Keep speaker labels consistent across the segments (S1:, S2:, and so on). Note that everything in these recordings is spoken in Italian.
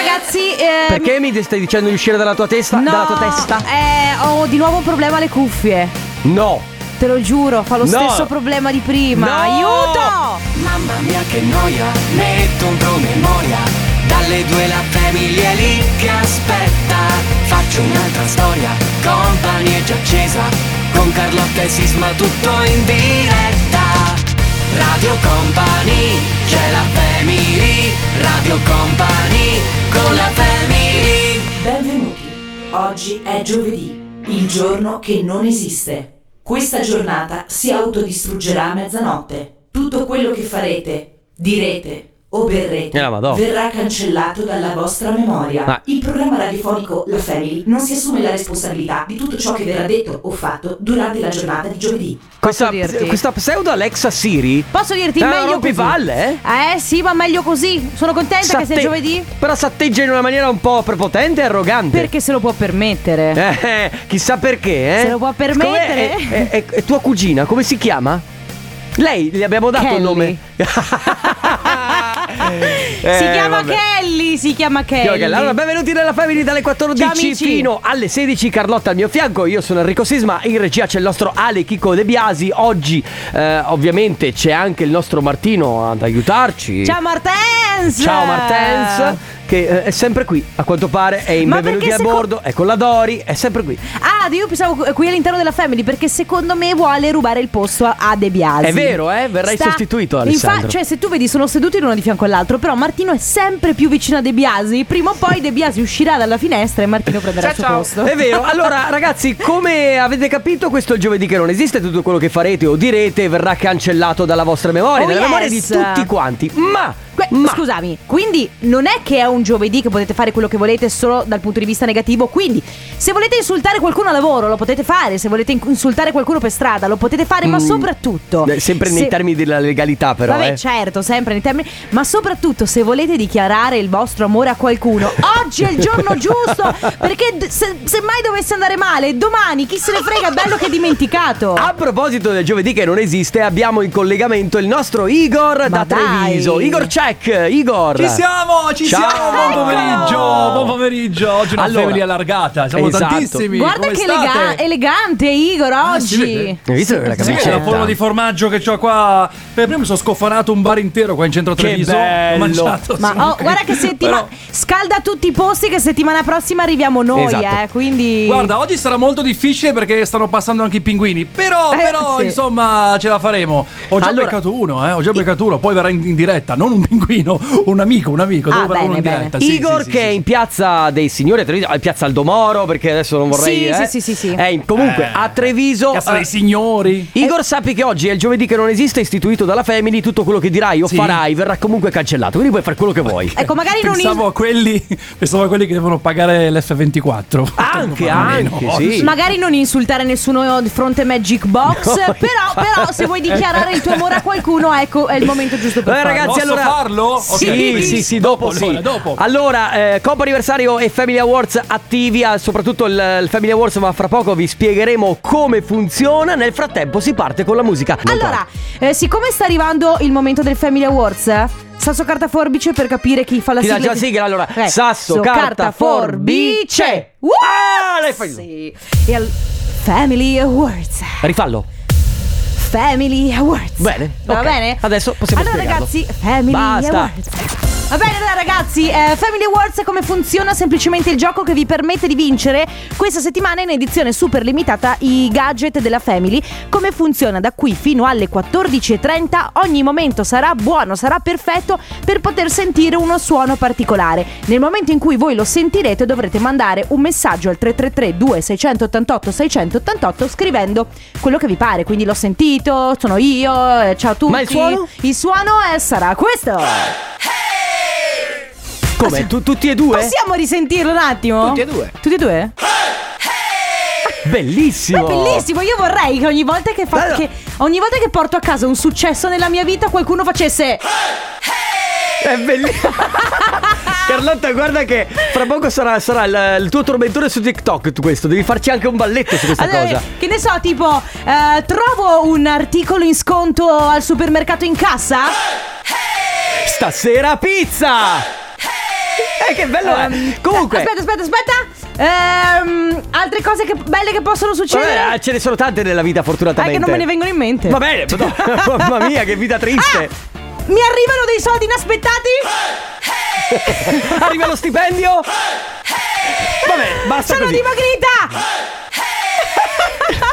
S1: Ragazzi, ehm,
S2: Perché mi stai dicendo di uscire dalla tua testa?
S1: no,
S2: dalla tua testa?
S1: eh, ho di nuovo un problema alle cuffie.
S2: No.
S1: Te lo giuro, fa lo
S2: No.
S1: stesso problema di prima.
S2: No.
S1: Aiuto!
S3: Mamma mia che noia, metto un promemoria. Dalle due la famiglia è lì che aspetta. Faccio un'altra storia, compagnie già accesa. Con Carlotta e Sisma tutto in diretta. Radio Company, c'è la family. Radio Company, con la family.
S4: Benvenuti. Oggi è giovedì, il giorno che non esiste. Questa giornata si autodistruggerà a mezzanotte. Tutto quello che farete, direte o berrete
S2: Eh, la Madonna.
S4: verrà cancellato dalla vostra memoria.
S2: Ah.
S4: Il programma radiofonico La Family non si assume la responsabilità di tutto ciò che verrà detto o fatto durante la giornata di giovedì.
S2: Questa,
S1: dirti?
S2: questa pseudo Alexa Siri.
S1: Posso dirti
S2: Eh,
S1: meglio
S2: rompi
S1: così?
S2: palle,
S1: Eh sì, ma meglio così. Sono contenta che
S2: Satte-
S1: sia giovedì.
S2: Però satteggia in una maniera un po' prepotente e arrogante.
S1: Perché se lo può permettere.
S2: Eh, chissà perché, eh.
S1: Se lo può permettere.
S2: Com'è- È, è- è tua cugina, come si chiama? Lei, gli abbiamo dato il
S1: Kelly.
S2: nome.
S1: si
S2: Eh,
S1: chiama
S2: vabbè.
S1: Kelly, si chiama Kelly.
S2: Ok, Allora, benvenuti nella Family dalle 14
S1: amici.
S2: fino alle 16. Carlotta al mio fianco, io sono Enrico Sisma. In regia c'è il nostro Ale Chico De Biasi. Oggi, eh, ovviamente, c'è anche il nostro Martino ad aiutarci.
S1: Ciao Martens!
S2: Ciao Martens, che eh, è sempre qui, a quanto pare. È in
S1: Ma
S2: benvenuti
S1: perché
S2: a
S1: seco-
S2: bordo, è con la Dori, è sempre qui.
S1: Ah, io pensavo qui all'interno della Family perché secondo me vuole rubare il posto a- a De Biasi.
S2: È vero, eh? Verrai sostituito, Alessandro.
S1: Infatti, cioè, se tu vedi, sono seduti l'uno di fianco all'altro, però Martino è sempre più vicino a De Biasi. Prima o poi De Biasi uscirà dalla finestra e Martino prenderà il suo posto.
S2: È vero, allora ragazzi, come avete capito, questo è il giovedì che non esiste, tutto quello che farete o direte verrà cancellato dalla vostra memoria,
S1: Oh,
S2: dalla memoria di
S1: yes.
S2: tutti quanti. Ma,
S1: Que-
S2: ma
S1: Scusami, quindi non è che è un giovedì che potete fare quello che volete solo dal punto di vista negativo. Quindi, se volete insultare qualcuno a lavoro, lo potete fare. Se volete in- insultare qualcuno per strada, lo potete fare. Ma
S2: Mm.
S1: soprattutto,
S2: Eh, sempre nei
S1: se-
S2: termini della legalità, però.
S1: Esatto. Vabbè,
S2: eh.
S1: certo, sempre nei termini. Ma soprattutto, se volete dichiarare il vostro amore a qualcuno, oggi è il giorno giusto. Perché d- se, se mai dovesse andare male, domani chi se ne frega, è bello che è dimenticato.
S5: Ah,
S2: A proposito del giovedì che non esiste, abbiamo in collegamento il nostro Igor
S1: Ma
S2: da Treviso.
S1: dai.
S2: Igor check, Igor.
S5: Ci siamo, ci
S2: Ciao.
S5: siamo, buon
S2: Ecco.
S5: pomeriggio, buon pomeriggio, oggi una
S2: Allora.
S5: family allargata, siamo
S2: Esatto.
S5: tantissimi
S1: Guarda
S5: come
S1: che eh,
S5: state?
S1: elega- elegante, Igor,
S5: si
S1: oggi.
S5: vede?
S2: Hai visto quella
S5: Sì,
S2: camicetta?
S5: è la forma di formaggio che ho qua. Per prima mi sono scofanato un bar intero qua in centro
S2: Che
S5: Treviso.
S2: bello.
S5: Ho mangiato.
S1: Ma
S5: sono
S1: oh,
S5: qui.
S1: guarda che settimana
S5: Però-
S1: scalda tutti i posti che settimana prossima arriviamo noi,
S2: Esatto.
S1: eh, quindi
S5: Guarda, oggi sarà molto difficile perché stanno passando anche i pinguini. Però,
S1: Eh,
S5: però,
S1: sì.
S5: insomma, ce la faremo. Ho già
S2: Allora-
S5: beccato uno, eh. Ho già beccato uno. Poi verrà in, in diretta. Non un pinguino, un amico, un amico.
S1: Ah,
S5: Devo verrà uno in
S1: bene, bene.
S5: diretta. Sì,
S2: Igor
S5: sì, sì,
S2: che è
S5: sì.
S2: in piazza dei signori a Treviso, in piazza Aldomoro perché adesso non vorrei...
S1: Sì,
S2: eh.
S1: sì, sì, sì, sì.
S2: È in- comunque
S5: Eh,
S2: a Treviso...
S5: Piazza
S2: eh,
S5: dei signori.
S2: Igor, sappi che oggi è il giovedì che non esiste, istituito dalla Family, tutto quello che dirai o
S5: Sì.
S2: farai verrà comunque cancellato, quindi puoi fare quello che vuoi.
S1: Ecco, magari non
S5: Pensavo a, quelli, pensavo a quelli che devono pagare l'F24.
S6: Ah,
S2: Anche,
S5: Almeno.
S2: anche, sì.
S1: Magari non insultare nessuno di fronte a Magic Box,
S2: No.
S1: però, però se vuoi dichiarare il tuo amore a qualcuno, ecco, è il momento giusto per
S2: Eh,
S1: farlo.
S2: ragazzi,
S5: Posso
S2: allora...
S5: farlo?
S2: Sì,
S5: Ok,
S2: sì, sì, sì, dopo,
S5: dopo, allora,
S2: sì.
S5: dopo.
S2: Allora, eh, Comp Anniversario e Family Awards attivi, ah, soprattutto il, il Family Awards, ma fra poco vi spiegheremo come funziona. Nel frattempo si parte con la musica. Non
S1: Allora, eh, siccome sta arrivando il momento del Family Awards, eh, sasso carta forbice per capire chi fa la
S2: Ti
S1: sigla.
S2: lancio la sigla, allora.
S1: Eh,
S2: Sasso, carta, forbice.
S1: Wow!
S2: Ah, l'hai fatto.
S1: Sì. E al Family Awards.
S2: parlo. Rifallo.
S1: Family Awards.
S2: Bene,
S1: Va
S2: ok.
S1: bene?
S2: Adesso possiamo
S1: Allora
S2: spiegarlo.
S1: ragazzi, Family
S2: Basta.
S1: Awards. Va bene allora ragazzi, eh, Family Awards come funziona? Semplicemente il gioco che vi permette di vincere questa settimana in edizione super limitata i gadget della Family. Come funziona? Da qui fino alle 14.30 ogni momento sarà buono, sarà perfetto per poter sentire uno suono particolare. Nel momento in cui voi lo sentirete dovrete mandare un messaggio al 333 2688 688 scrivendo quello che vi pare, quindi l'ho sentito, sono io, eh, ciao a tutti.
S2: Ma il suono?
S1: Il suono eh, sarà questo. Ah,
S2: Come? Tu- tutti e due?
S1: Possiamo risentirlo un attimo?
S2: Tutti e due.
S1: Tutti e due? Ma
S2: Bellissimo.
S1: è bellissimo, io vorrei che ogni volta che, fa-
S2: oh. Bello.
S1: che ogni volta che porto a casa un successo nella mia vita qualcuno facesse
S2: È bellissimo. Carlotta, guarda che fra poco sarà, sarà il, il tuo tormentore su TikTok tu questo. Devi farci anche un balletto su questa
S1: Allora,
S2: cosa.
S1: Che ne so, tipo eh, trovo un articolo in sconto al supermercato in cassa?
S2: Stasera pizza! Eh, che bello è.
S1: Ehm,
S2: Comunque.
S1: Aspetta, aspetta, aspetta. Ehm, altre cose che- belle che possono succedere.
S2: Vabbè, ce ne sono tante nella vita,
S1: Eh,
S2: fortunatamente.
S1: che non me ne vengono in mente.
S2: Va bene, madonna, mamma mia, che vita triste.
S1: Ah! Mi arrivano dei soldi inaspettati? Ah!
S2: Arriva lo stipendio. Vabbè, basta
S1: Sono
S2: così.
S1: dimagrita!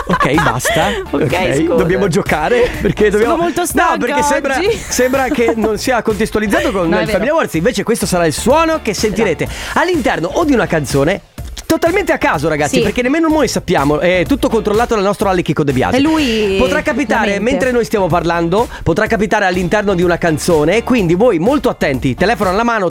S2: Ok, basta.
S1: Ok, scusa.
S2: dobbiamo giocare perché dobbiamo
S1: molto stanca
S2: No, perché sembra,
S1: oggi.
S2: sembra che non sia contestualizzato con
S1: No, è vero.
S2: il
S1: Esatto.
S2: Family Awards, invece questo sarà il suono che sentirete all'interno o di una canzone Totalmente a caso, ragazzi,
S1: Sì.
S2: perché nemmeno noi sappiamo. È tutto controllato dal nostro Ale Chico De Biasi.
S1: E lui
S2: Potrà capitare,
S1: veramente.
S2: mentre noi stiamo parlando, potrà capitare all'interno di una canzone. Quindi voi molto attenti, telefono alla mano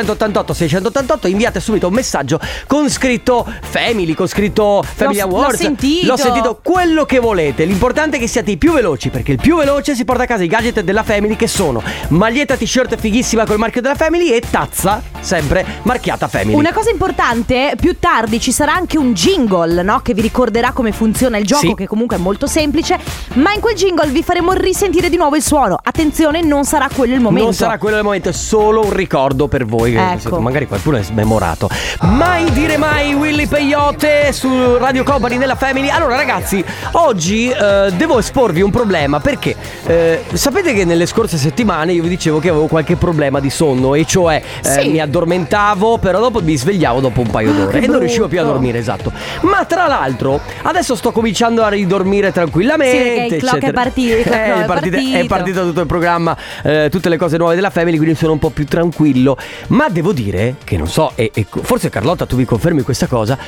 S2: 333-2688-688, inviate subito un messaggio con scritto Family, con scritto Family
S1: L'ho- l'ho
S2: Awards.
S1: sentito.
S2: L'ho sentito quello che volete. L'importante è che siate i più veloci, perché il più veloce si porta a casa i gadget della Family che sono maglietta t-shirt fighissima col marchio della Family e tazza, sempre marchiata Family.
S1: Una cosa importante, più tardi ci sarà anche un jingle, no? Che vi ricorderà come funziona il gioco,
S2: Sì.
S1: che comunque è molto semplice. Ma in quel jingle vi faremo risentire di nuovo il suono. Attenzione, non sarà quello il momento.
S2: Non sarà quello del momento, è solo un ricordo per voi. che
S1: Ecco.
S2: Magari qualcuno è smemorato. Mai dire mai Willy Peyote su Radio Company nella Family. Allora, ragazzi, oggi eh, devo esporvi un problema perché eh, sapete che nelle scorse settimane io vi dicevo che avevo qualche problema di sonno, e cioè eh,
S1: Sì. Ah,
S2: mi addormentavo, però dopo mi svegliavo dopo un paio d'ore e non riuscivo più a
S1: brutto.
S2: dormire, esatto. Ma tra l'altro, adesso sto cominciando a ridormire tranquillamente.
S1: Sì, perché il clock è
S2: eccetera.
S1: partito, il clock
S2: Eh,
S1: no, è
S2: è partito- è
S1: partito.
S2: partito Esatto, tutto il programma, eh, tutte le cose nuove della Family, quindi sono un po' più tranquillo. Ma devo dire che non so, e, e forse Carlotta tu mi confermi questa cosa,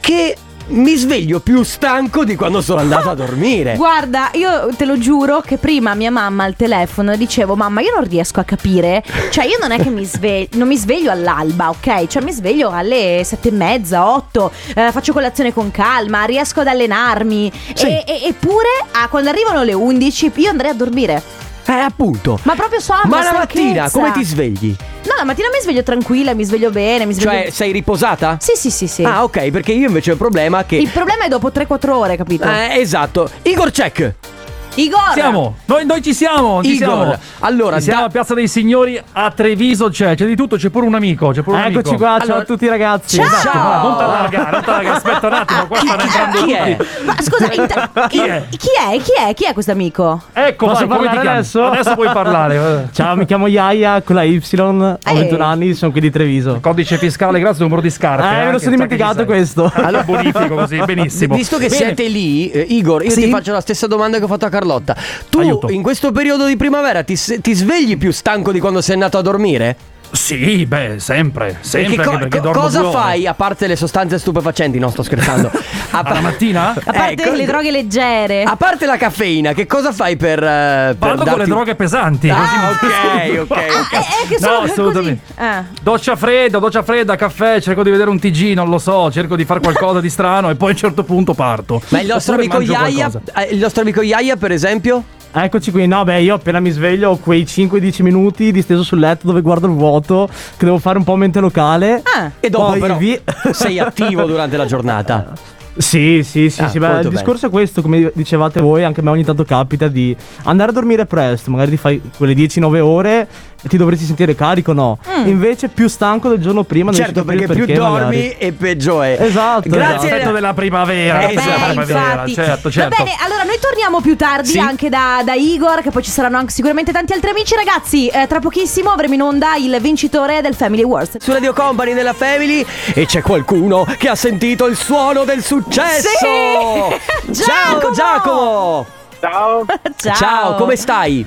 S2: che mi sveglio più stanco di quando sono andato
S1: Ah!
S2: a dormire.
S1: Guarda, io te lo giuro che prima mia mamma al telefono dicevo: Mamma, io non riesco a capire. Cioè, io non è che mi sveglio, non mi sveglio all'alba, ok? Cioè, mi sveglio alle sette e mezza, otto, eh, faccio colazione con calma, riesco ad allenarmi.
S2: Sì.
S1: E- e- eppure, ah, quando arrivano le 11, io andrei a dormire.
S2: Eh, appunto.
S1: Ma proprio sonno,
S2: Ma la mattina
S1: stanchezza.
S2: come ti svegli?
S1: No, la mattina mi sveglio tranquilla, mi sveglio bene, mi sveglio.
S2: Cioè, sei riposata?
S1: Sì, sì, sì, sì.
S2: Ah, ok, perché io invece ho il problema che.
S1: Il problema è dopo 3-4 ore, capito?
S2: Eh, esatto. Igor Check.
S1: Igor!
S5: Siamo, noi, noi ci siamo, ci
S2: Igor,
S5: siamo.
S2: allora,
S5: Ci siamo
S2: da-
S5: a Piazza dei Signori a Treviso c'è, c'è di tutto, c'è pure un amico, c'è pure un amico.
S6: Eccoci qua, ciao a tutti ragazzi.
S1: Ciao!
S5: Esatto, guarda, non t'allargare, non t'allargare, aspetta un attimo, qua stanno entrando
S2: Ah, chi è?
S5: tutti.
S1: Ah, Ma scusami, inta- chi,
S5: è?
S1: chi è? Chi è? Chi è questo amico?
S5: Ecco,
S6: Posso
S5: vai, come
S6: parlare
S5: ti chiami?
S6: adesso?
S5: Adesso puoi parlare.
S6: Ciao, mi chiamo Iaia con la Y, ho
S1: Ehi.
S6: 21 anni, sono qui di Treviso.
S5: Codice fiscale, grazie, numero di scarpe.
S6: Eh, me lo
S5: anche, cioè,
S6: sono
S5: già che ci
S6: dimenticato
S5: sei.
S6: questo.
S5: Allora, Ah, bonifico così, benissimo.
S2: Visto che
S5: Bene.
S2: siete lì, eh, Igor, io ti faccio la stessa domanda che ho fatto a Carlotta. Tu
S5: Aiuto.
S2: in questo periodo di primavera ti, se- ti svegli più stanco di quando sei andato a dormire?
S5: Sì, beh, sempre,
S2: E
S5: sempre.
S2: che co-
S5: anche perché
S2: co-
S5: dormo
S2: cosa
S5: due ore.
S2: fai a parte le sostanze stupefacenti? No, sto scherzando. A par-
S5: Alla mattina?
S1: A parte
S2: Ecco.
S1: le droghe leggere.
S2: A parte la caffeina, che cosa fai per. eh, per
S5: Vado con le
S2: darti-
S5: droghe pesanti.
S2: Ah,
S5: così mi-
S2: ok, ok.
S1: Ah, è, è che
S5: No,
S1: sono
S5: assolutamente. Eh,
S1: così. Ah.
S5: Doccia fredda, doccia fredda, caffè, cerco di vedere un TG, non lo so, cerco di fare qualcosa di strano e poi a un certo punto parto.
S2: Ma il nostro,
S5: Oppure
S2: amico
S5: mangio
S2: Iaia,
S5: qualcosa.
S2: eh, il nostro amico Iaia, per esempio?
S6: Eccoci qui, no beh io appena mi sveglio ho quei 5-10 minuti disteso sul letto dove guardo il vuoto, che devo fare un po' mente locale.
S1: Ah.
S2: E dopo
S6: Poi
S2: però
S6: vi-
S2: sei attivo durante la giornata.
S6: Sì, sì, sì,
S2: Ah,
S6: sì, beh,
S2: molto
S6: il
S2: bene.
S6: discorso è questo, come dicevate voi, anche a me ogni tanto capita di andare a dormire presto, magari ti fai quelle 10-9 ore e ti dovresti sentire carico, no?
S1: Mm.
S6: Invece più stanco del giorno prima, non
S2: Certo,
S6: riesci a capire
S2: perché più
S6: magari.
S2: dormi e peggio è.
S6: Esatto,
S2: Grazie.
S5: L'aspetto della primavera,
S2: Eh,
S5: l'aspetto della
S2: esatto.
S1: Beh,
S5: primavera,
S1: infatti.
S5: certo, certo.
S1: Va bene, allora noi torniamo più tardi
S2: Sì.
S1: anche da, da Igor, che poi ci saranno anche sicuramente tanti altri amici. Ragazzi, eh, tra pochissimo avremo in onda il vincitore del Family Awards.
S2: su Radio Company della Family e c'è qualcuno che ha sentito il suono del successo.
S1: Sì!
S2: Ciao
S1: Giacomo!
S2: Giacomo!
S7: Ciao,
S1: Ciao,
S2: come stai?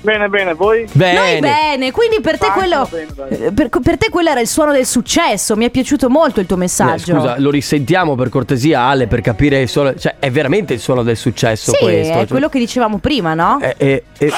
S7: bene bene, voi?
S2: Bene.
S1: Noi bene, quindi per te,
S7: Ah,
S1: quello,
S7: bene, bene.
S1: eh, per, per te quello era il suono del successo. Mi è piaciuto molto il tuo
S2: Eh,
S1: messaggio.
S2: scusa, lo risentiamo per cortesia Ale per capire il suono, cioè è veramente il suono del successo
S1: sì,
S2: questo.
S1: è
S2: cioè, Eh,
S1: quello che dicevamo prima, no?
S2: è, è- è-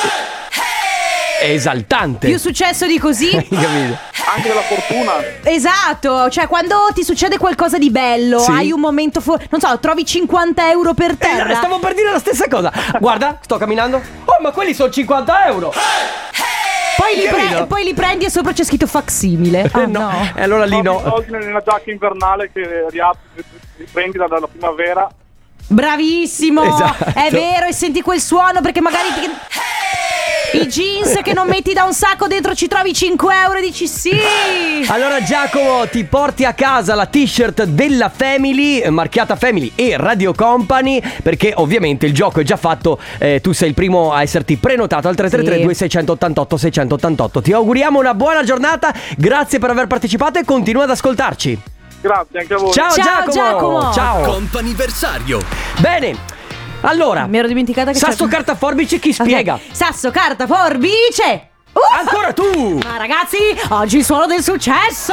S2: è esaltante.
S1: Più successo di così.
S2: Hai capito?
S7: Anche della fortuna.
S1: Esatto, cioè quando ti succede qualcosa di bello,
S2: Sì.
S1: hai un momento fu- non so, trovi 50 euro per
S2: Eh,
S1: terra.
S2: stavo per dire la stessa cosa. Guarda, sto camminando. Oh, ma quelli sono 50 euro.
S1: Poi li, pre-
S2: capito?
S1: poi li prendi e sopra c'è scritto facsimile. Ah,
S2: Eh,
S1: no.
S2: E allora lì
S7: Ho i
S2: no.
S7: soldi nella giacca invernale che riapri, riprendi dalla, dalla primavera.
S1: Bravissimo!
S2: Esatto.
S1: È vero, e senti quel suono perché magari ti- I jeans che non metti da un sacco dentro ci trovi 5 euro e dici sì.
S2: Allora Giacomo ti porti a casa la t-shirt della Family, eh, marchiata Family e Radio Company, perché ovviamente il gioco è già fatto, eh, tu sei il primo a esserti prenotato al 333-2688-688. Ti auguriamo una buona giornata, grazie per aver partecipato e continua ad ascoltarci.
S7: Grazie anche a voi.
S2: Ciao,
S1: Ciao, Giacomo.
S2: Ciao.
S8: Comp'anniversario.
S2: Bene. Allora,
S1: Ah. Mi ero dimenticata che
S2: Sasso
S1: c'è-
S2: carta forbice chi
S1: Ok.
S2: spiega?
S1: Sasso, carta, forbice. Uh!
S2: Ancora tu!
S1: Ma ragazzi, oggi il suono del successo!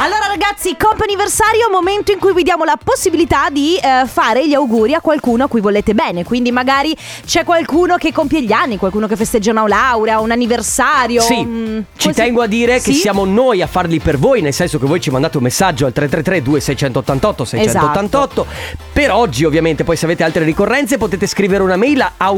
S1: allora ragazzi, comp'anniversario, momento in cui vi diamo la possibilità di eh, fare gli auguri a qualcuno a cui volete bene. Quindi magari c'è qualcuno che compie gli anni, qualcuno che festeggia una laurea, un anniversario.
S2: Sì,
S1: mm,
S2: ci
S1: qualsi-
S2: tengo a dire che
S1: Sì?
S2: siamo noi a farli per voi, nel senso che voi ci mandate un messaggio al
S1: Esatto.
S2: 333-2688-688. Per oggi ovviamente, poi se avete altre ricorrenze potete scrivere una mail a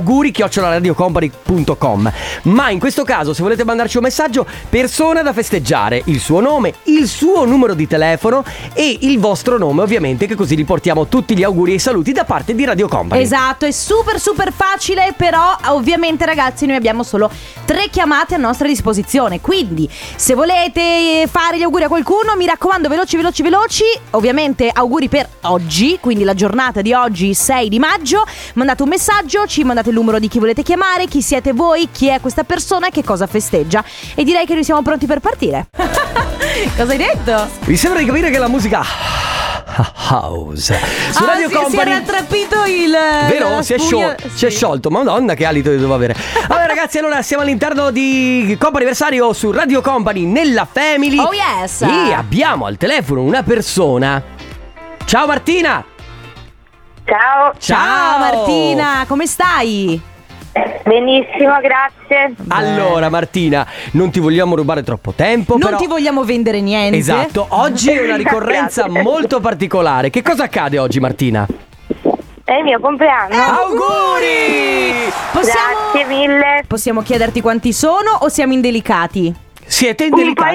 S2: auguri-radiocompany.com. Ma in questo caso, se volete mandarci un messaggio, persona da festeggiare, il suo nome, il suo numero di telefono e il vostro nome ovviamente, che così riportiamo tutti gli auguri e i saluti da parte di Radio Company.
S1: Esatto, è super super facile, però ovviamente ragazzi noi abbiamo solo tre chiamate a nostra disposizione, quindi se volete eh, fare gli auguri a qualcuno mi raccomando veloci veloci veloci, ovviamente auguri per oggi, quindi la giornata di oggi 6 di maggio, mandate un messaggio, ci mandate il numero di chi volete chiamare, chi siete voi, chi è questa persona e che cosa festeggia e direi che noi siamo pronti per partire. cosa hai detto?
S2: Mi sembra di capire che la musica house su Radio
S1: Ah, sì, si
S2: Company
S1: era attrappito il...
S2: Vero?
S1: la
S2: Si è,
S1: spugna-
S2: sciol- si è
S1: sì.
S2: sciolto, madonna che alito devo avere Allora ragazzi, allora siamo all'interno di Companiversario su Radio Company nella Family
S1: Oh, yes.
S2: E abbiamo al telefono una persona Ciao Martina
S9: Ciao,
S1: Ciao Martina, come stai?
S9: benissimo, grazie.
S2: Allora Martina, non ti vogliamo rubare troppo tempo
S1: Non
S2: Oh, però-
S1: ti vogliamo vendere niente.
S2: Esatto, oggi è una ricorrenza
S9: Grazie.
S2: molto particolare Che cosa accade oggi Martina?
S9: È il mio compleanno.
S2: Eh, Auguri!
S1: Eh, Possiamo,
S9: Grazie mille.
S1: possiamo chiederti quanti sono o siamo indelicati?
S2: Siete
S9: Un po'
S2: indelicati Eh,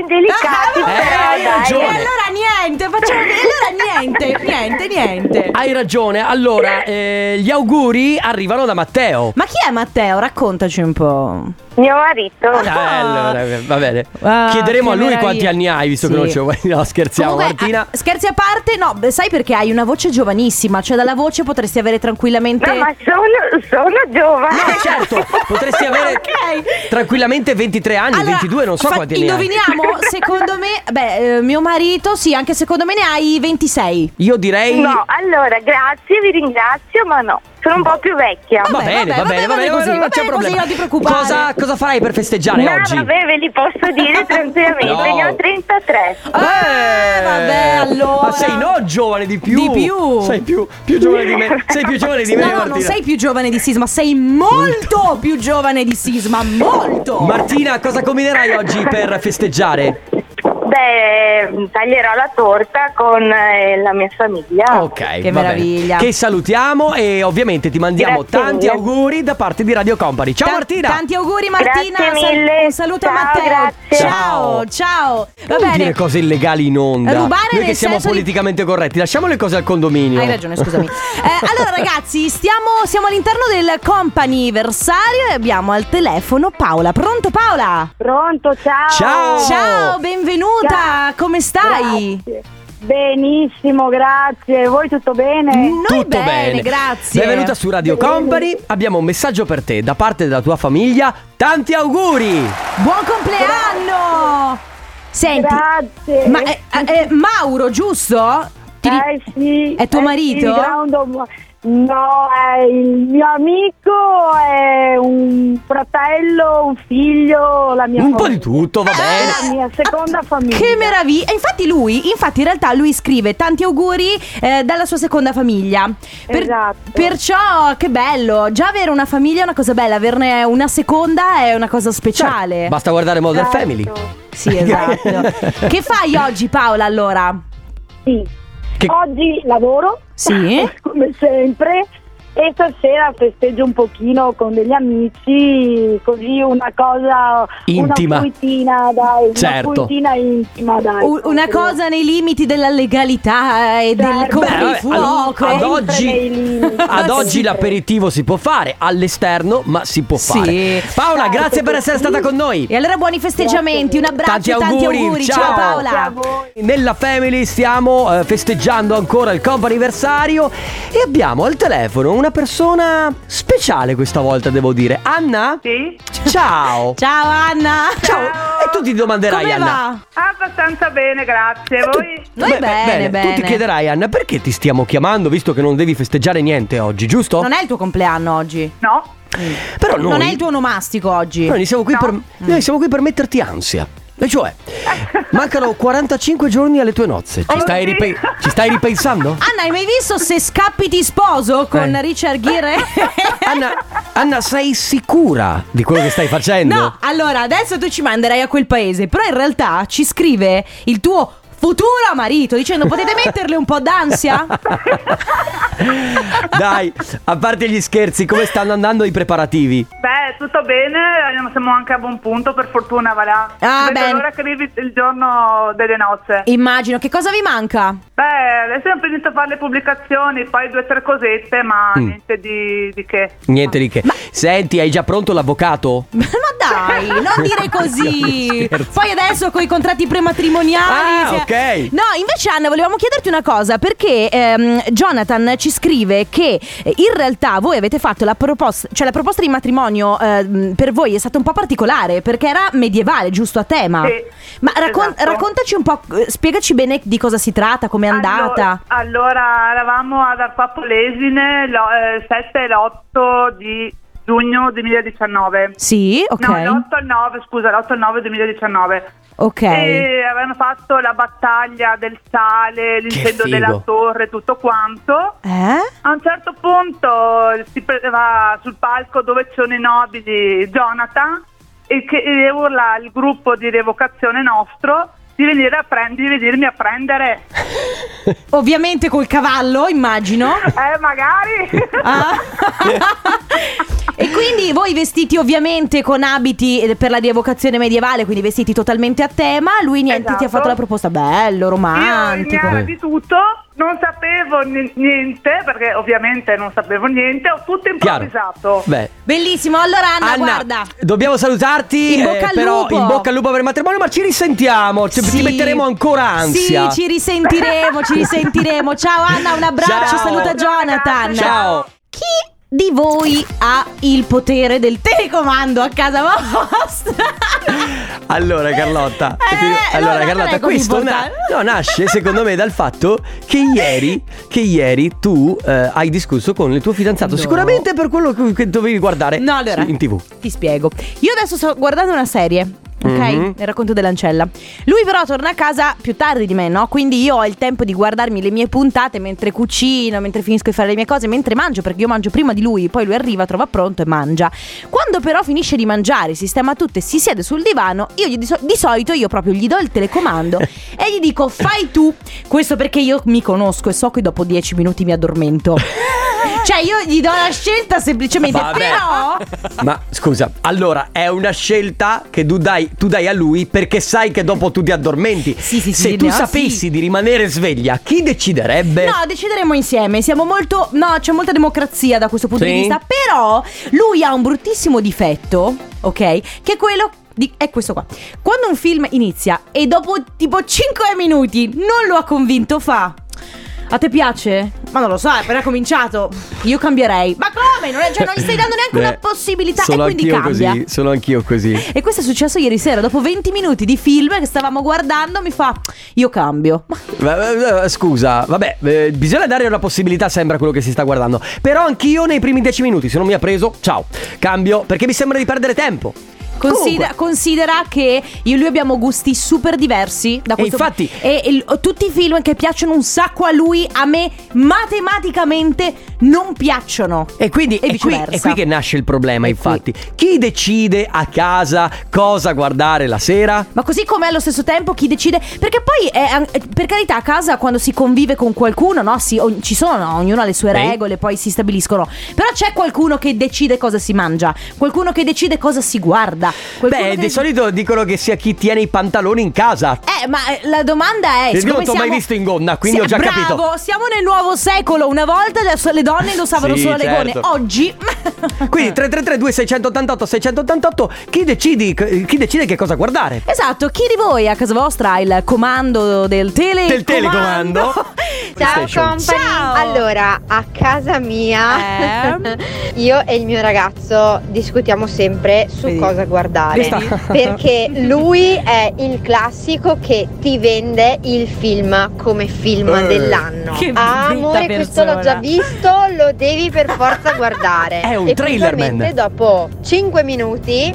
S1: Ah,
S9: indelicati,
S1: vabbè,
S2: hai
S9: però
S2: ragione.
S1: E
S9: dai.
S1: allora niente, facciamo e allora niente, niente, niente.
S2: Hai ragione, allora eh, gli auguri arrivano da Matteo.
S1: Ma chi è Matteo? Raccontaci un po'.
S9: Mio marito.
S2: Eh, allora, va bene.
S1: Ah,
S2: Chiederemo
S1: che
S2: a lui
S1: meraviglia.
S2: quanti anni hai, visto che
S1: Sì.
S2: non ce vuoi. No, scherziamo,
S1: Comunque,
S2: Martina.
S1: ah, scherzi a parte, no, beh, sai perché hai una voce giovanissima, cioè dalla voce potresti avere tranquillamente...
S9: No, ma sono, sono giovane.
S2: Eh, certo, potresti avere
S1: Ok.
S2: tranquillamente 23 anni,
S1: Allora,
S2: 22, Mm, non so
S1: fa-
S2: quanti anni hai.
S1: Indoviniamo, secondo me, beh, eh, mio marito, sì, anche secondo me ne hai 26.
S2: Io direi.
S9: No, allora, grazie, vi ringrazio, ma no, sono un po' più vecchia.
S2: Va
S1: Vabbè,
S2: bene, va
S1: vabbè,
S2: bene, va
S1: vabbè,
S2: bene,
S1: così,
S2: non
S1: va
S2: c'è
S1: bene, così,
S2: problema.
S1: non ti preoccupare.
S2: Cosa, cosa farai per festeggiare
S9: No,
S2: oggi?
S9: vabbè, ve li posso dire tranquillamente,
S2: No.
S9: ne ho 33.
S1: Eh, vabbè, allora.
S2: Ma sei no giovane di più.
S1: Di più.
S2: Sei più, più giovane di me. Sei più giovane di me.
S1: No, no, non
S2: Martina.
S1: sei più giovane di Sisma, sei molto più giovane di Sisma, molto!
S2: Martina, cosa combinerai oggi per festeggiare?
S9: Beh, taglierò la torta con eh, la mia famiglia.
S2: Ok,
S1: Ah, Che
S2: va bene.
S1: meraviglia.
S2: Che salutiamo e ovviamente ti mandiamo
S9: Grazie
S2: tanti
S9: mille.
S2: auguri da parte di Radio Company. Ciao
S1: Ta-
S2: Martina!
S1: Tanti auguri Martina!
S9: Grazie
S1: sal-
S9: mille.
S1: Un saluto a
S9: Ciao,
S1: Matteo!
S9: grazie.
S1: Ciao, ciao! Va
S2: non Oh, dire
S1: bene.
S2: cose illegali in onda.
S1: Rubare
S2: Noi
S1: nel
S2: che siamo
S1: senso di-
S2: politicamente corretti, lasciamo le cose al condominio.
S1: Hai ragione, scusami. Eh, allora, ragazzi, stiamo, siamo all'interno del company versario e abbiamo al telefono Paola. Pronto Paola?
S9: Pronto, ciao.
S2: Ciao. Oh.
S1: Ciao, benvenuta!
S9: Ciao.
S1: Come stai?
S9: Grazie. Benissimo, grazie. Voi tutto bene?
S1: Noi
S2: Tutto bene,
S1: grazie.
S2: Benvenuta su Radio Company. Abbiamo un messaggio per te da parte della tua famiglia. Tanti auguri!
S1: Buon compleanno! Senti,
S9: Grazie.
S1: ma eh, eh, Mauro, giusto? Ti ri-
S9: Eh sì,
S1: È tuo
S9: eh
S1: marito?
S9: sì, grande- No, è il mio amico è un fratello, un figlio, la mia
S2: Un po' di
S9: famiglia.
S2: tutto, va bene.
S9: la mia seconda
S1: Ah,
S9: famiglia.
S1: Che meraviglia! E infatti lui, infatti in realtà lui scrive tanti auguri eh, dalla sua seconda famiglia.
S9: Esatto.
S1: Perciò che bello, già avere una famiglia è una cosa bella, averne una seconda è una cosa speciale.
S2: Basta guardare Modern
S9: Certo.
S2: Family.
S1: sì, esatto. che fai oggi Paola allora?
S9: Sì.
S2: Che-
S9: Oggi lavoro,
S1: Sì.
S9: come sempre, E stasera festeggio un pochino con degli amici, così una cosa
S2: Intima.
S9: Una cuitina, dai,
S2: Certo.
S9: una cuitina intima, dai.
S1: U- una cosa nei limiti della legalità e del
S9: Certo.
S2: Beh, vabbè,
S1: coprifuoco.
S2: ad, ad
S9: Sempre nei
S2: oggi,
S9: limiti.
S2: ad oggi
S9: Sempre.
S2: l'aperitivo si può fare all'esterno, ma si può
S1: Sì.
S2: fare. Paola,
S9: Certo,
S2: grazie per essere stata con noi.
S1: E allora buoni festeggiamenti, un abbraccio,
S2: Tanti
S1: e
S2: auguri,
S1: tanti auguri. Ciao,
S2: ciao.
S1: Paola.
S9: Grazie a voi.
S2: Nella Family stiamo eh, festeggiando ancora il comp'anniversario e abbiamo al telefono una persona speciale questa volta, devo dire. Anna?
S8: Sì,
S2: Ciao.
S1: Ciao Anna.
S2: Ciao. E tu ti domanderai,
S1: Come
S2: Anna.
S1: va?
S8: abbastanza bene, grazie. Voi?
S1: Noi
S2: Beh, beh,
S1: bene,
S2: Tu ti
S1: bene.
S2: chiederai, Anna, perché ti stiamo chiamando visto che non devi festeggiare niente oggi, giusto?
S1: Non è il tuo compleanno oggi.
S8: No,
S2: Però noi,
S1: Non è il tuo onomastico oggi.
S2: Noi siamo, qui
S1: Mm.
S2: per, noi siamo qui per metterti ansia. E cioè, mancano 45 giorni alle tue nozze. Ci stai, ripe- ci stai ripensando?
S1: Anna, hai mai visto se scappi ti sposo con
S2: Eh.
S1: Richard Gere?
S2: Anna, Anna, sei sicura di quello che stai facendo?
S1: No, allora adesso tu ci manderai a quel paese, però in realtà ci scrive il tuo futuro marito dicendo potete metterle un po' d'ansia?
S2: Dai, a parte gli scherzi, come stanno andando i preparativi?
S8: beh, tutto bene, eh, siamo anche a buon punto, per fortuna, Valà.
S1: Ah,
S8: Vedo
S1: bene.
S8: l'ora che arrivi il giorno delle nozze.
S1: Immagino, che cosa vi manca?
S8: Beh, adesso abbiamo finito a fare le pubblicazioni, poi due o tre cosette, ma
S1: Mm.
S8: niente di, di che.
S2: Niente di che. Senti, hai già pronto l'avvocato?
S1: Ma dai, non dire così.
S2: Scherzo.
S1: Poi adesso con i contratti prematrimoniali.
S2: Ah,
S1: se-
S2: ok.
S1: No, invece Anna, volevamo chiederti una cosa perché ehm, Jonathan ci scrive che eh, in realtà voi avete fatto la proposta, cioè la proposta di matrimonio ehm, per voi è stata un po' particolare perché era medievale, giusto a tema.
S8: Sì,
S1: Ma raccon-
S8: esatto.
S1: raccontaci un po', eh, spiegaci bene di cosa si tratta, com'è andata.
S8: Allora, allora, eravamo ad Arpapolesine lo- eh, il 7 e l'8 di giugno 2019.
S1: Sì, ok.
S8: No, l'8 e il 9, scusa, l'8 e il 9 2019.
S1: ok.
S8: E avevano fatto la battaglia del sale, l'incendio
S2: figo.
S8: della torre, tutto quanto.
S1: Eh?
S8: A un certo punto si pre- va sul palco dove ci sono i nobili Jonathan e che e urla al gruppo di revocazione nostro di venire a prend- di venirmi a prendere.
S1: Ovviamente col cavallo, immagino.
S8: Eh, magari.
S1: Ah. e quindi voi vestiti ovviamente con abiti eh, per la rievocazione medievale, quindi vestiti totalmente a tema, lui niente ti ha
S8: Esatto.
S1: fatto la proposta, bello,
S8: Io mi
S1: romantico.
S8: era di tutto, non sapevo ni- niente, perché ovviamente non sapevo niente, ho tutto
S2: Chiaro.
S1: esatto.
S8: improvvisato.
S2: Beh.
S1: Bellissimo, allora Anna, guarda.
S2: dobbiamo salutarti. eh,
S1: In bocca al
S2: però
S1: lupo.
S2: in bocca al lupo per il matrimonio, ma ci risentiamo. Ci-
S1: Sì.
S2: Ti metteremo ancora ansia.
S1: Sì, ci risentiremo, ci risentiremo. Ciao Anna, un abbraccio,
S2: Ciao.
S1: saluta Jonathan.
S2: Ciao.
S1: Chi di voi ha il potere del telecomando a casa vostra?
S2: Allora, Carlotta.
S1: Eh,
S2: ti-
S1: no,
S2: allora,
S1: no, non
S2: Carlotta,
S1: è così
S2: questo na-
S1: importante.
S2: no, nasce secondo me dal fatto che ieri, che ieri tu eh, hai discusso con il tuo fidanzato.
S1: No.
S2: Sicuramente per quello che, che dovevi guardare
S1: No, allora,
S2: in tv.
S1: Ti spiego. Io adesso sto guardando una serie. Ok,
S2: Mhm.
S1: nel racconto dell'ancella. Lui però torna a casa più tardi di me, no? Quindi io ho il tempo di guardarmi le mie puntate mentre cucino, mentre finisco di fare le mie cose, mentre mangio, perché io mangio prima di lui, poi lui arriva, trova pronto e mangia. Quando però finisce di mangiare, sistema tutto e si siede sul divano, io gli di, so- di solito io proprio gli do il telecomando e gli dico "Fai tu". Questo perché io mi conosco e so che dopo 10 minuti mi addormento. Cioè io gli do la scelta semplicemente,
S2: Vabbè.
S1: però
S2: Ma scusa, allora è una scelta che tu dai, tu dai a lui perché sai che dopo tu ti addormenti.
S1: Sì, sì, sì,
S2: Se tu
S1: no,
S2: sapessi
S1: sì.
S2: di rimanere sveglia, chi deciderebbe?
S1: No, decideremo insieme. Siamo molto. No, c'è molta democrazia da questo punto
S2: Sì.
S1: di vista. Però lui ha un bruttissimo difetto, ok? Che è quello. di- è questo qua. Quando un film inizia e dopo tipo 5 minuti non lo ha convinto, fa. A te piace? Ma non lo so, è appena cominciato. Io cambierei. Ma come? Non, è- cioè, non gli stai dando neanche una
S2: Beh,
S1: possibilità. E
S2: Sono
S1: quindi
S2: anch'io
S1: cambia.
S2: così, sono anch'io così.
S1: E questo è successo ieri sera. Dopo 20 minuti di film che stavamo guardando, mi fa. Io cambio. Ma
S2: Va- va- va- Scusa, vabbè, eh, bisogna dare una possibilità sempre a quello che si sta guardando. Però anch'io nei primi 10 minuti, se non mi ha preso, ciao, cambio, perché mi sembra di perdere tempo.
S1: Considera,
S2: Comunque,
S1: considera che io e lui abbiamo gusti super diversi da
S2: E
S1: questo
S2: infatti-
S1: e, e l- tutti i film che piacciono un sacco a lui, a me matematicamente non piacciono.
S2: E quindi
S1: E
S2: è, qui,
S1: viceversa.
S2: è qui che nasce il problema,
S1: È
S2: infatti. Chi decide a casa cosa guardare la sera?
S1: Ma così come allo stesso tempo chi decide. Perché poi, è an- eh, per carità, a casa quando si convive con qualcuno, no? Si- ogn- ci sono, no? Ognuno ha le sue
S2: Sì.
S1: regole, poi si stabiliscono. Però c'è qualcuno che decide cosa si mangia, qualcuno che decide cosa si guarda. qualcuno
S2: Beh,
S1: che
S2: di solito dicono che sia chi tiene i pantaloni in casa.
S1: Eh, ma eh, la domanda è:
S2: Io
S1: siccome
S2: non t'ho
S1: siamo-
S2: mai visto in gonna, quindi ho già
S1: bravo,
S2: capito.
S1: siamo nel nuovo secolo. Una volta adesso le donne indossavano
S2: Sì,
S1: solo le gonne.
S2: certo.
S1: Oggi. ah.
S2: Quindi 333 688 688 chi, decidi, chi decide che cosa guardare?
S1: Esatto, chi di voi a casa vostra ha il comando del tele
S2: Del telecomando.
S10: Ciao
S2: PlayStation.
S10: company.
S1: Ciao.
S10: Allora, a casa mia io e il mio ragazzo discutiamo sempre su
S1: Vedi?
S10: cosa guardare.
S2: Questa-
S10: Perché lui è il classico che ti vende il film come film
S2: Eh,
S10: dell'anno.
S1: che
S10: ah, amore,
S1: brutta
S10: questo l'ho già
S1: persona."
S10: visto, lo devi per forza guardare.
S2: È un
S10: e
S2: trailer, man.
S10: puntualmente dopo 5 minuti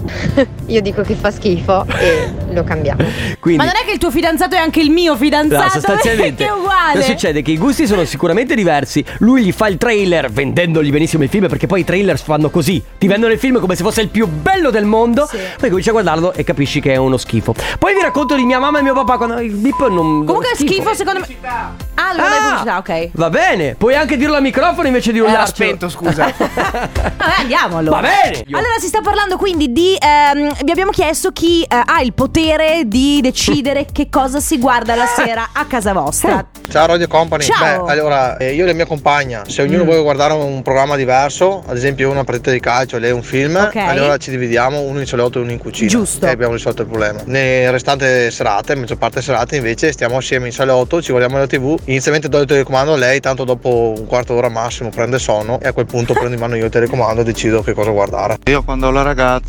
S10: io dico che fa schifo e lo cambiamo.
S2: Quindi,
S1: Ma non è che il tuo fidanzato è anche il mio fidanzato?
S2: No, sostanzialmente
S1: Perché è uguale.
S2: cosa succede che i gusti sono sicuramente diversi. Lui gli fa il trailer vendendogli benissimo il film perché poi i trailer fanno così, ti vendono il film come se fosse il più bello del mondo, poi cominci a guardarlo e capisci che è uno schifo. Poi vi racconto di mia mamma e mio papà quando il bip non
S1: Comunque è schifo, secondo me. Ah, allora è pubblicità, ok.
S2: Va bene, puoi anche dirlo al microfono invece di urlarci.
S3: scusa.
S1: Vabbè, andiamo allora.
S2: Va bene.
S1: Allora si sta parlando quindi di ehm, vi abbiamo chiesto chi eh, ha il potere di decidere che cosa si guarda la sera a casa vostra.
S11: Ciao Radio Company,
S1: Ciao. Mm.
S11: beh allora eh, io e la mia compagna, se ognuno vuole guardare un programma diverso, ad esempio io una partita di calcio e lei un film,
S1: Ok.
S11: allora ci dividiamo uno in salotto e uno in cucina
S1: Giusto.
S11: e abbiamo risolto il problema. Nelle restanti serate, maggior parte delle serate invece stiamo assieme in salotto, ci guardiamo la tv, inizialmente do il telecomando a lei, tanto dopo un quarto d'ora massimo prende sonno e a quel punto prendo in mano io il telecomando e decido che cosa guardare.
S7: Io quando ho la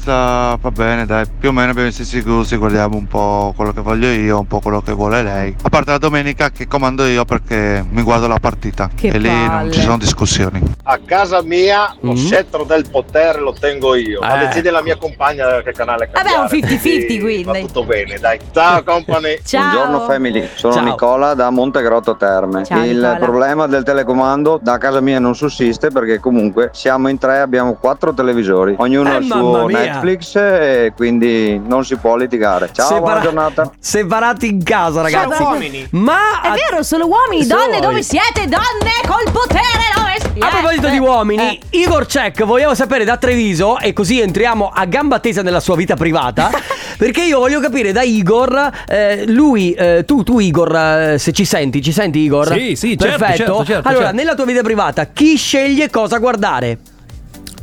S7: ragazza va bene, dai, più o meno abbiamo gli stessi gusti, guardiamo un po' quello che voglio io, un po' quello che vuole lei. A parte la domenica che comando io perché mi guardo la partita
S1: Che
S7: e lì non ci
S1: palle.
S7: sono discussioni.
S11: A casa mia
S2: lo Mm.
S11: scettro del potere lo tengo io,
S2: ma Eh. decide
S11: la mia compagna che canale
S1: Vabbè, è un cambiare, 50-50 quindi quindi. va tutto
S11: bene, dai. Ciao company.
S1: Ciao.
S7: Buongiorno family, sono
S2: Ciao.
S7: Nicola da Montegrotto Terme.
S1: Ciao,
S7: il
S1: Nicola.
S7: problema del telecomando da casa mia non sussiste perché comunque siamo in tre, abbiamo quattro televisori, ognuno
S2: Eh,
S7: ha il suo
S2: mamma mia.
S7: Netflix e quindi non si può litigare. Ciao, buona
S2: Separa-
S7: giornata.
S2: Separati in casa, ragazzi.
S11: uomini.
S2: Ma
S1: Ah, È
S2: a-
S1: vero, solo uomini, donne,
S2: Solo
S1: dove
S2: uomini.
S1: siete? Donne col potere, dove siete?
S2: A proposito di uomini,
S1: Eh.
S2: Igor Cech, vogliamo sapere da Treviso, e così entriamo a gamba tesa nella sua vita privata, perché io voglio capire da Igor, eh, lui, eh, tu, tu Igor, eh, se ci senti, ci senti Igor?
S5: Sì, sì, certo,
S2: Perfetto.
S5: certo, certo,
S2: allora,
S5: certo.
S2: nella tua vita privata, chi sceglie cosa guardare?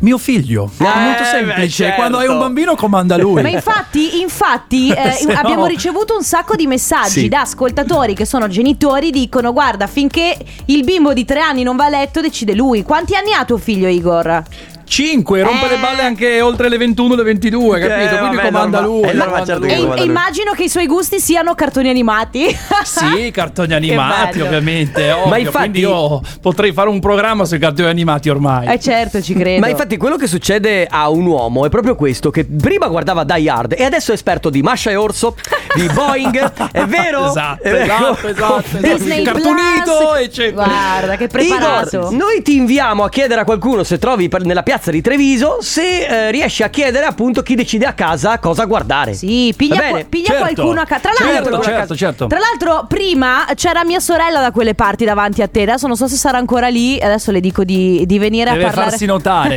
S5: Mio figlio,
S2: Eh,
S5: molto semplice,
S2: beh, certo.
S5: quando hai un bambino comanda lui.
S1: Ma infatti, infatti eh,
S5: Se no-
S1: abbiamo ricevuto un sacco di messaggi
S5: Sì.
S1: da ascoltatori che sono genitori, dicono guarda finché il bimbo di tre anni non va a letto decide lui. Quanti anni ha tuo figlio Igor?
S5: 5, rompe
S1: Eh.
S5: le balle anche oltre le 21, le 22, capito?
S2: Eh,
S5: Quindi
S2: vabbè,
S5: comanda
S2: norma-
S5: lui.
S2: è normale,
S5: comanda
S2: certo
S5: lui.
S2: che
S1: E,
S2: comanda
S1: e immagino che i suoi gusti siano cartoni animati. Eh,
S2: Ah?
S5: Sì, cartoni animati
S1: bello.
S5: ovviamente, ovvio.
S2: infatti-
S5: quindi io potrei fare un programma sui cartoni animati ormai.
S1: Eh certo, ci credo.
S2: Ma infatti quello che succede a un uomo è proprio questo, che prima guardava Die Hard e adesso è esperto di Masha e Orso, di Boeing, è vero?
S5: Esatto,
S2: È vero?
S5: esatto, esatto, esatto.
S1: Disney
S5: Cartunito,
S1: Plus.
S5: eccetera.
S1: Guarda, che preparato.
S2: Igor, noi ti inviamo a chiedere a qualcuno se trovi per- nella piazza di Treviso se eh, riesci a chiedere appunto chi decide a casa cosa guardare.
S1: Sì, piglia,
S2: Va bene?
S1: qua- piglia
S5: Certo.
S1: qualcuno a casa. Tra
S5: Certo,
S1: l'altro,
S5: certo, certo.
S1: Tra l'altro, prima c'era mia sorella da quelle parti davanti a te. Adesso non so se sarà ancora lì. Adesso le dico di, di venire
S5: Deve
S1: a parlare.
S5: farsi notare.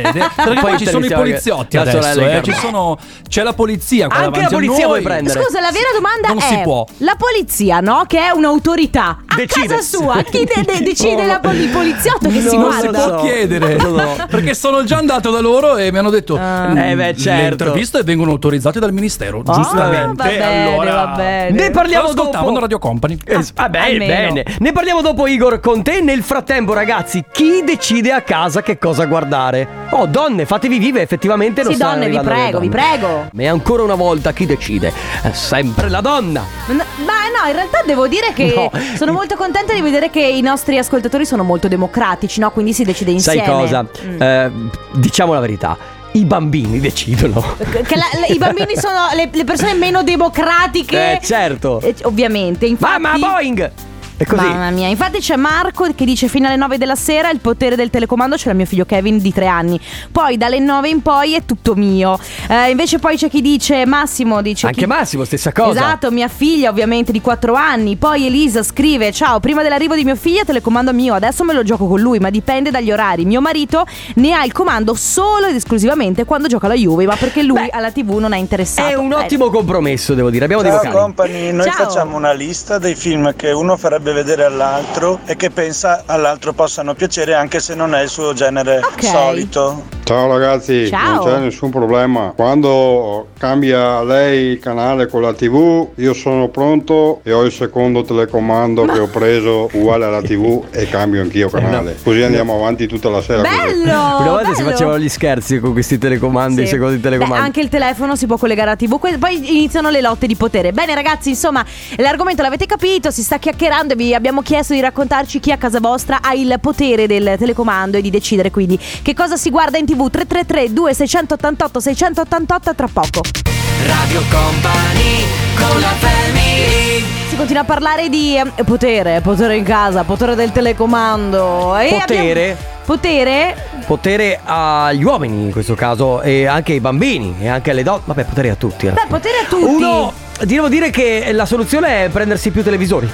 S5: De- Perché
S2: Poi
S5: poi ci sono i
S2: iniziamo che-
S5: poliziotti
S2: la sorella
S5: adesso.
S2: di
S5: eh,
S2: Carlo.
S5: ci sono- c'è la polizia. qua
S2: Anche la
S5: davanti a
S2: polizia
S5: noi.
S2: vuoi prendere?
S1: Scusa, la vera domanda
S5: Non
S1: è:
S5: si può.
S1: la polizia, no? Che è un'autorità a
S2: Decide.
S1: casa sua, chi de- de- decide la pol- il poliziotto che
S2: No,
S1: si
S2: non
S5: Non
S1: guarda?
S5: si
S2: No,
S5: può chiedere
S2: no, no.
S5: perché sono già andato da loro e mi hanno detto "Mm,
S2: Eh, beh, certo.
S5: le interviste vengono autorizzate dal ministero
S1: Ah,
S5: giustamente
S1: va bene,
S5: allora
S1: va bene.
S2: Ne parliamo
S5: Però ascoltavano
S2: dopo.
S5: Radio Company
S2: Eh, s- ah, beh,
S1: eh, almeno.
S2: bene. Ne parliamo dopo Igor con te. Nel frattempo, ragazzi, chi decide a casa che cosa guardare? Oh, donne, fatevi vive, effettivamente non
S1: Sì,
S2: stanno
S1: donne, vi
S2: arrivando le
S1: prego, vi
S2: donne.
S1: prego.
S2: E ancora una volta chi decide? È sempre la donna.
S1: No, Ma no, in realtà devo dire che
S2: No.
S1: sono molto contenta di vedere che i nostri ascoltatori sono molto democratici, no? Quindi si decide insieme.
S2: Sai cosa?
S1: Mm.
S2: Eh, diciamo la verità. I bambini decidono.
S1: Che la- la- I bambini sono le, le persone meno democratiche.
S2: Eh, certo.
S1: Eh, ovviamente, infatti.
S2: Mamma Boeing! È così.
S1: Mamma mia, infatti c'è Marco che dice fino alle 9 della sera il potere del telecomando c'era mio figlio Kevin di 3 anni. Poi dalle 9 in poi è tutto mio. Eh, invece poi c'è chi dice Massimo dice
S2: Anche
S1: cioè, chi-
S2: Massimo, stessa cosa.
S1: Esatto, mia figlia ovviamente di 4 anni. Poi Elisa scrive: Ciao, prima dell'arrivo di mio figlio telecomando mio, adesso me lo gioco con lui, ma dipende dagli orari. Mio marito ne ha il comando solo ed esclusivamente quando gioca alla Juve, ma perché lui alla TV non è interessato.
S2: È un
S1: Beh,
S2: ottimo compromesso, devo dire. Abbiamo dei
S12: Ciao
S2: vocali.
S12: company, noi
S1: Ciao.
S12: facciamo una lista dei film che uno farebbe vedere all'altro e che pensa all'altro possano piacere anche se non è il suo genere solito.
S13: Ciao ragazzi,
S12: Ciao.
S13: non c'è nessun problema. Quando cambia lei il canale con la TV, io sono pronto e ho il secondo telecomando che ho preso uguale alla TV e cambio anch'io
S7: Eh
S13: canale. Così andiamo avanti tutta la sera. così.
S1: Bello!
S2: Una volta si
S1: bello.
S2: facevano gli scherzi con questi telecomandi,
S1: Sì.
S2: i secondi
S1: Beh,
S2: telecomandi.
S1: anche il telefono si può collegare a TV, que- poi iniziano le lotte di potere. Bene, ragazzi, insomma, l'argomento l'avete capito, si sta chiacchierando. e Vi abbiamo chiesto di raccontarci chi a casa vostra ha il potere del telecomando e di decidere quindi che cosa si guarda in TV 333 2688 688 tra poco.
S3: Radio Company con la family
S1: Si continua a parlare di eh, potere, potere in casa, potere del telecomando. E
S2: Potere?
S1: abbiamo- Potere?
S2: Potere agli uomini in questo caso e anche ai bambini e anche alle donne. Vabbè, potere a tutti. alla
S1: Beh,
S2: fine.
S1: potere a tutti.
S2: Uno, devo dire che la soluzione è prendersi più televisori.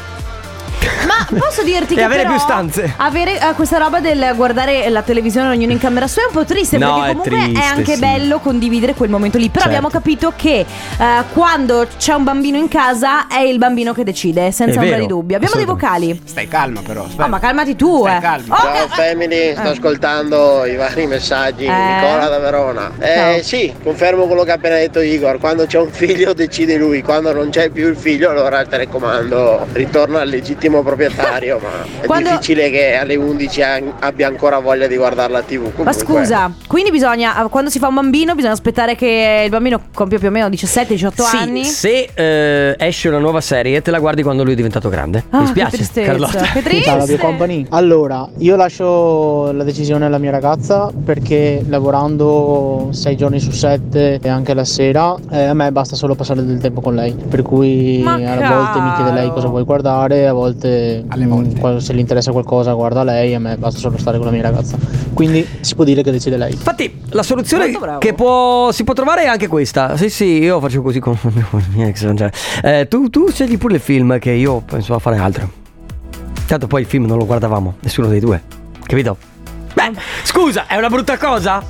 S1: Ma posso dirti
S2: E
S1: che
S2: avere
S1: però
S2: più stanze.
S1: Avere eh, questa roba del guardare la televisione ognuno in camera sua è un po' triste
S2: No,
S1: perché
S2: è
S1: comunque è,
S2: triste,
S1: anche
S2: sì.
S1: bello condividere quel momento lì. Però
S2: Certo.
S1: abbiamo capito che eh, quando c'è un bambino in casa è il bambino che decide, senza
S14: È
S1: ombra
S14: vero,
S1: di dubbio. Abbiamo dei vocali.
S14: Stai calma però.
S1: Oh, ma calmati tu, eh. Oh,
S14: Ciao family, sto ascoltando i vari messaggi.
S1: Eh.
S14: Nicola da Verona. Eh sì, confermo quello che ha appena detto Igor. Quando c'è un figlio decide lui, quando non c'è più il figlio allora il telecomando ritorna al legittimo proprietario. ma è
S1: Quando-
S14: difficile che alle 11 an- abbia ancora voglia di guardare la tv.
S1: Ma
S14: Comunque-
S1: scusa, quindi bisogna, eh, quando si fa un bambino, bisogna aspettare che il bambino compia più o meno 17-18
S2: sì,
S1: anni.
S2: se eh, esce una nuova serie te la guardi quando lui è diventato grande.
S1: Ah,
S2: Mi
S1: che
S2: spiace,
S1: tristezza,
S2: Carlotta.
S1: che triste. Ciao, Radio
S15: Company. Allora, io lascio la decisione alla mia ragazza perché lavorando 6 giorni su 7 e anche la sera, eh, a me basta solo passare del tempo con lei. Per cui
S1: Ma
S15: a volte mi chiede lei cosa vuoi guardare, a volte, mm, qual- se le interessa qualcosa guarda lei, a me basta solo stare con la mia ragazza. Quindi si può dire che decide lei.
S2: Infatti, la soluzione che può- si può trovare è anche questa. Sì, sì, io faccio così con, con il mio ex. non c'è. Eh, tu, tu scegli pure il film che io penso a fare altro. Tanto poi il film non lo guardavamo, nessuno dei due. Capito? Beh, scusa, è una brutta cosa?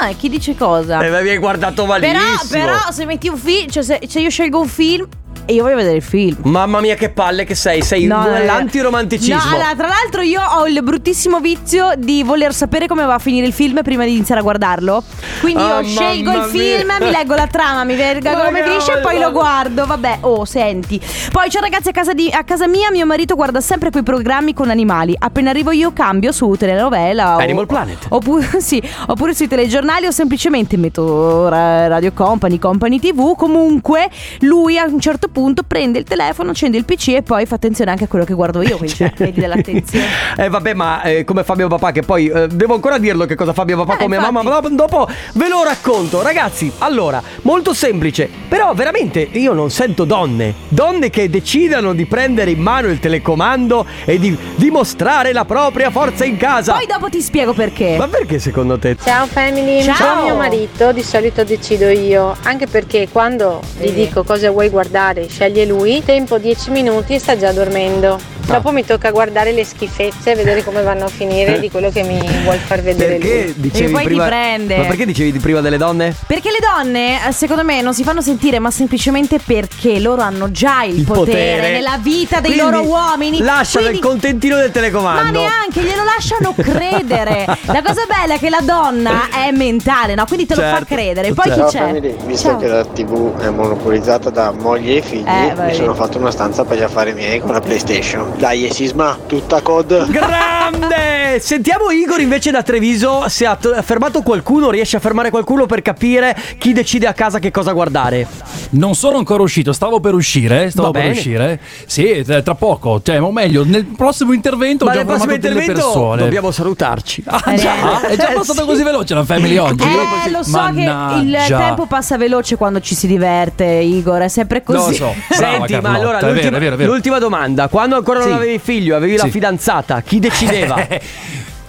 S1: Ah, e chi dice cosa?
S2: Eh, ma mi hai guardato malissimo.
S1: Però, però se metti un film, cioè se, se io scelgo un film e io voglio vedere il film.
S2: Mamma mia, che palle che sei. Sei
S1: No, no, no.
S2: l'antiromanticismo.
S1: No, allora, tra l'altro io ho il bruttissimo vizio di voler sapere come va a finire il film prima di iniziare a guardarlo. Quindi
S2: Ah,
S1: io scelgo il
S2: mamma
S1: film,
S2: mia.
S1: mi leggo la trama, mi verga
S2: Ma
S1: come
S2: che
S1: finisce e poi
S2: bello.
S1: lo guardo. Vabbè, oh, senti. Poi c'è ragazzi a casa, di- a casa mia, mio marito guarda sempre quei programmi con animali. Appena arrivo io cambio su telenovela o-
S2: Animal Planet.
S1: Oppure, sì, oppure sui telegiornali o semplicemente metto ra- Radio Company, Company TV. Comunque lui a un certo punto prende il telefono, accende il PC e poi fa attenzione anche a quello che guardo io. Quindi cioè, vedi dell'attenzione.
S2: Eh vabbè, ma eh, come Fabio Papà, che poi eh, devo ancora dirlo che cosa Fabio
S1: Eh,
S2: Papà come mamma, ma dopo- dopo ve lo racconto. Ragazzi, allora, molto semplice, però veramente io non sento donne, donne che decidano di prendere in mano il telecomando e di dimostrare la propria forza in casa.
S1: Poi dopo ti spiego perché.
S2: Ma perché secondo te?
S10: Ciao family,
S2: Ciao.
S10: Sono mio marito, di solito decido io, anche perché quando gli dico cosa vuoi guardare, sceglie lui, tempo 10 minuti e sta già dormendo.
S2: Ah.
S10: Dopo mi tocca guardare le schifezze e vedere come vanno a finire di quello che mi vuol far vedere
S2: Eh. Perché
S10: lui.
S2: dicevi prima... Ma perché dicevi di prima delle donne?
S1: Perché le donne, eh, secondo me, non si fanno sentire, ma semplicemente perché loro hanno già il,
S2: Il
S1: potere,
S2: potere.
S1: nella vita dei
S2: Quindi
S1: loro uomini.
S2: Lasciano
S1: Quindi-
S2: il contentino del
S1: Ma
S2: telecomando.
S1: neanche, glielo lasciano credere. La cosa bella è che la donna è mentale, no? Quindi te lo fa
S14: Certo,
S1: credere. Poi
S14: Ciao,
S1: chi c'è?
S14: family. Visto
S1: Ciao.
S14: che la TV è monopolizzata da moglie e figli,
S1: Eh, vai.
S14: mi sono fatto una stanza per gli affari miei con la PlayStation. Dai, e sisma, tutta COD.
S2: Grande! Eh, sentiamo Igor invece da Treviso se ha to- fermato qualcuno, riesce a fermare qualcuno per capire chi decide a casa che cosa guardare.
S5: Non sono ancora uscito, stavo per uscire. Stavo
S2: Va
S5: per
S2: bene.
S5: uscire. Sì, eh, tra poco. Cioè, o meglio, nel prossimo intervento ho
S2: Ma
S5: già
S2: nel prossimo
S5: informato delle
S2: intervento
S5: persone.
S2: dobbiamo salutarci.
S5: Ah, già, è già
S1: Eh,
S5: passata
S1: sì.
S5: così veloce la family oggi.
S1: Eh, lo so che il
S5: Mannaggia.
S1: tempo passa veloce quando ci si diverte, Igor. È sempre così.
S5: Lo so. Brava,
S2: Senti, ma
S5: Carlotta,
S2: allora
S5: è vero,
S2: l'ultima,
S5: è vero, è vero.
S2: l'ultima domanda: quando ancora non
S5: Sì.
S2: avevi figlio, avevi la
S5: Sì.
S2: fidanzata, chi decideva?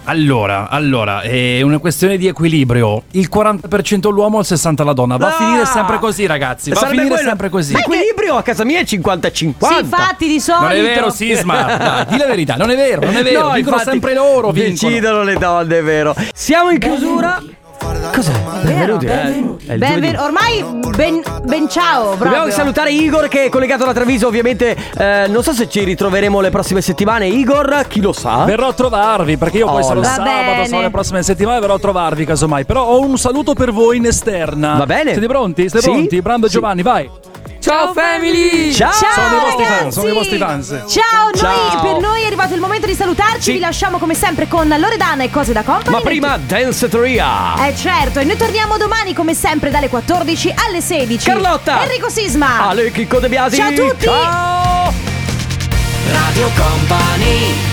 S5: Allora, allora, è una questione di equilibrio. Il 40% l'uomo e il 60% la donna. Va a finire sempre così, ragazzi. Va a
S2: Ah! Sarebbe
S5: finire
S2: quello-
S5: sempre così.
S2: L'equilibrio a casa mia è 50-50.
S1: Sì, infatti, di solito.
S5: Non è vero, Sisma. Dai, di la verità, non è vero, non è vero.
S2: No,
S5: Dicono
S2: infatti,
S5: sempre loro. vincono.
S2: Decidono le donne, è vero. Siamo in chiusura. Cos'è? Benvenuti. eh. È
S1: Ben-
S2: il giovedì.
S1: ben- ormai ben, ben ciao.
S2: Dobbiamo
S1: proprio.
S2: salutare Igor che è collegato da Treviso ovviamente eh, Non so se ci ritroveremo le prossime settimane Igor, chi lo sa
S5: Verrò a trovarvi perché io poi
S2: Oh,
S5: sarò
S2: no. Va
S5: sabato,
S2: bene.
S5: sarò le prossime settimane verrò a trovarvi casomai. Però ho un saluto per voi in esterna.
S2: Va bene.
S5: Siete pronti? Siete
S2: Sì.
S5: pronti? Brando e Giovanni, vai.
S2: Ciao family Ciao,
S5: Sono dei vostri
S1: ragazzi.
S5: fan, sono dei vostri fans.
S1: Ciao,
S2: Ciao.
S1: Noi, per noi è arrivato il momento di salutarci. Vi lasciamo come sempre con Loredana e cose da company.
S2: Ma prima Dance Teoria
S1: Eh certo, e noi torniamo domani come sempre dalle 14 alle 16.
S2: Carlotta.
S1: Enrico Sisma.
S2: Ale Chicco De Biasi
S1: Ciao a tutti.
S2: Ciao.
S16: Radio Company